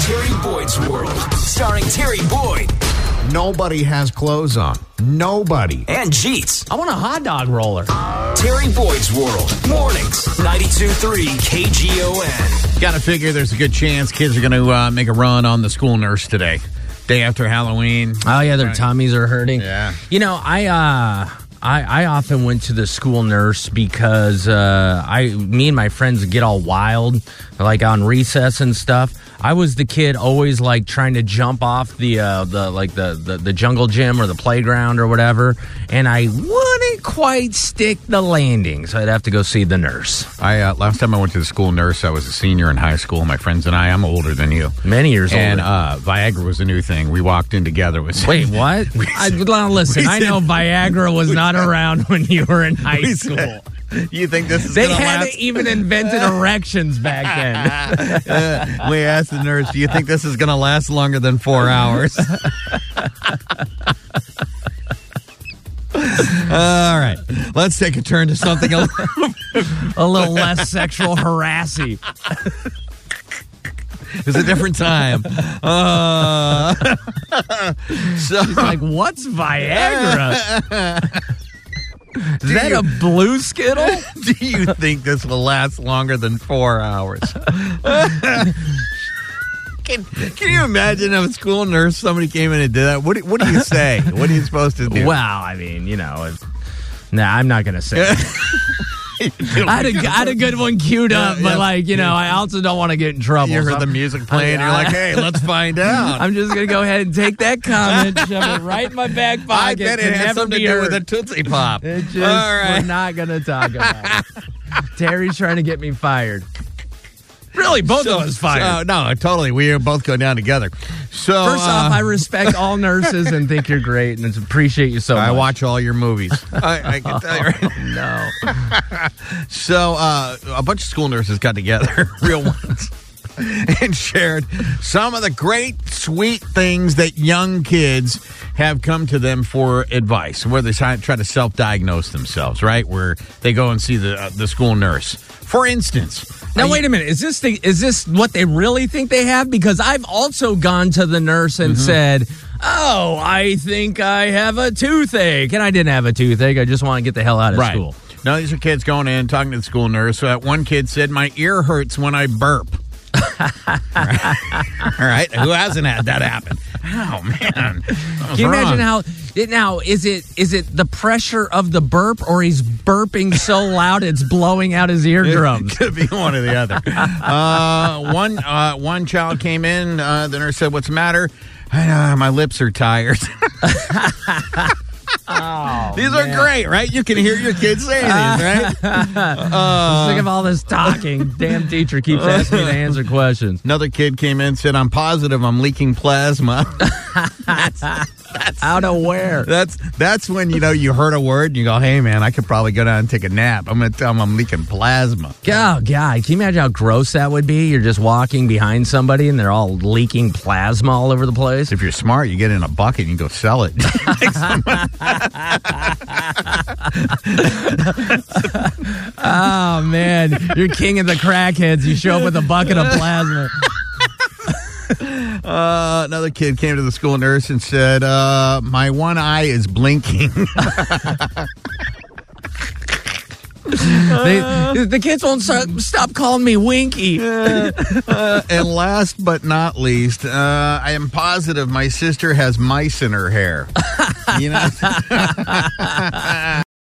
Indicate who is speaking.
Speaker 1: Terry Boyd's World, starring Terry Boyd
Speaker 2: Nobody has clothes on. Nobody.
Speaker 1: and Jeets.
Speaker 3: I want a hot dog roller.
Speaker 1: Terry Boyd's World, mornings, 92.3 KGON.
Speaker 2: Got to figure there's a good chance kids are going to uh, make a run on the school nurse today, day after Halloween.
Speaker 3: Oh yeah, their tummies are hurting.
Speaker 2: Yeah.
Speaker 3: You know, I uh I, I often went to the school nurse because uh, I me and my friends get all wild, like on recess and stuff. I was the kid always like trying to jump off the uh, the like the, the the jungle gym or the playground or whatever, and I wouldn't quite stick the landing, so I'd have to go see the nurse.
Speaker 2: I uh, last time I went to the school nurse, I was a senior in high school. My friends and I, I'm older than you.
Speaker 3: Many years
Speaker 2: And
Speaker 3: older.
Speaker 2: uh, Viagra was a new thing. We walked in together. It Was
Speaker 3: Wait, what? I, well, listen, I know Viagra was not around when you were in high school.
Speaker 2: you think this is
Speaker 3: They
Speaker 2: gonna
Speaker 3: hadn't
Speaker 2: last?
Speaker 3: even invented erections back then.
Speaker 2: Uh, we asked the nurse, "Do you think this is going to last longer than four hours?" All right, let's take a turn to something a little
Speaker 3: A little less sexual harassing.
Speaker 2: It was a different time. Uh, so
Speaker 3: Like, what's Viagra? Is that a blue skittle?
Speaker 2: do you think this will last longer than four hours? can, can you imagine if a school nurse somebody came in and did that? What do, what do you say? What are you supposed to do?
Speaker 3: Well, I mean, you know. If, nah, I'm not gonna say. it. I had, a, I had a good one queued up,
Speaker 2: Yeah,
Speaker 3: but
Speaker 2: yeah.
Speaker 3: like you know, I also don't want to get in trouble.
Speaker 2: you
Speaker 3: so
Speaker 2: heard the
Speaker 3: I'm-
Speaker 2: music playing.
Speaker 3: I-
Speaker 2: you're like,
Speaker 3: I-
Speaker 2: hey, let's find out.
Speaker 3: I'm just gonna go ahead and take that comment, shove it right in my back pocket.
Speaker 2: I bet
Speaker 3: can
Speaker 2: it
Speaker 3: never
Speaker 2: has something
Speaker 3: be
Speaker 2: to do with a
Speaker 3: heard.
Speaker 2: Tootsie Pop.
Speaker 3: It just,
Speaker 2: All right.
Speaker 3: We're not gonna talk about it. Terry's trying to get me fired. Really, both
Speaker 2: So-
Speaker 3: of us fired.
Speaker 2: so- no, totally. We both go down together. So
Speaker 3: First off,
Speaker 2: uh,
Speaker 3: I respect all nurses and think you're great and appreciate you so much.
Speaker 2: I watch all your movies. I, I can tell you right
Speaker 3: No.
Speaker 2: So uh, a bunch of school nurses got together, real ones, and shared some of the great, sweet things that young kids have come to them for advice, where they try, try to self-diagnose themselves, right? Where they go and see the uh, the school nurse, for instance.
Speaker 3: Now wait a minute. Is this the, is this what they really think they have? Because I've also gone to the nurse and said, "Oh, I think I have a toothache," and I didn't have a toothache. I just want to get the hell out of
Speaker 2: right.
Speaker 3: school.
Speaker 2: No, these are kids going in talking to the school nurse. Uh, one kid said, "My ear hurts when I burp." All right, who hasn't had that happen? Oh man,
Speaker 3: Can you imagine how? It, now is it is it the pressure of the burp, or he's burping so loud it's blowing out his eardrums?
Speaker 2: Could be one or the other. uh, one uh, one child came in. Uh, the nurse said, "What's the matter?" "Ah, my lips are tired.
Speaker 3: Oh,
Speaker 2: These are great, right? You can hear your kids saying these,
Speaker 3: Uh.
Speaker 2: right?
Speaker 3: Sick of all this talking. Damn teacher keeps asking me to answer questions.
Speaker 2: Another kid came in, said, "I'm positive I'm leaking plasma."
Speaker 3: Out of where? Oh,
Speaker 2: that's that's when you know you heard a word and you go, "Hey, man, I could probably go down and take a nap." I'm gonna tell them I'm leaking plasma.
Speaker 3: Oh, God. Can you imagine how gross that would be? You're just walking behind somebody and they're all leaking plasma all over the place.
Speaker 2: If you're smart, you get in a bucket and you go sell it.
Speaker 3: Oh, man. You're king of the crackheads. You show up with a bucket of plasma.
Speaker 2: Uh, another kid came to the school nurse and said, uh, "My one eye is blinking."
Speaker 3: They, the kids won't so- stop calling me Winky.
Speaker 2: and last but not least, uh, I am positive my sister has mice in her hair. You know,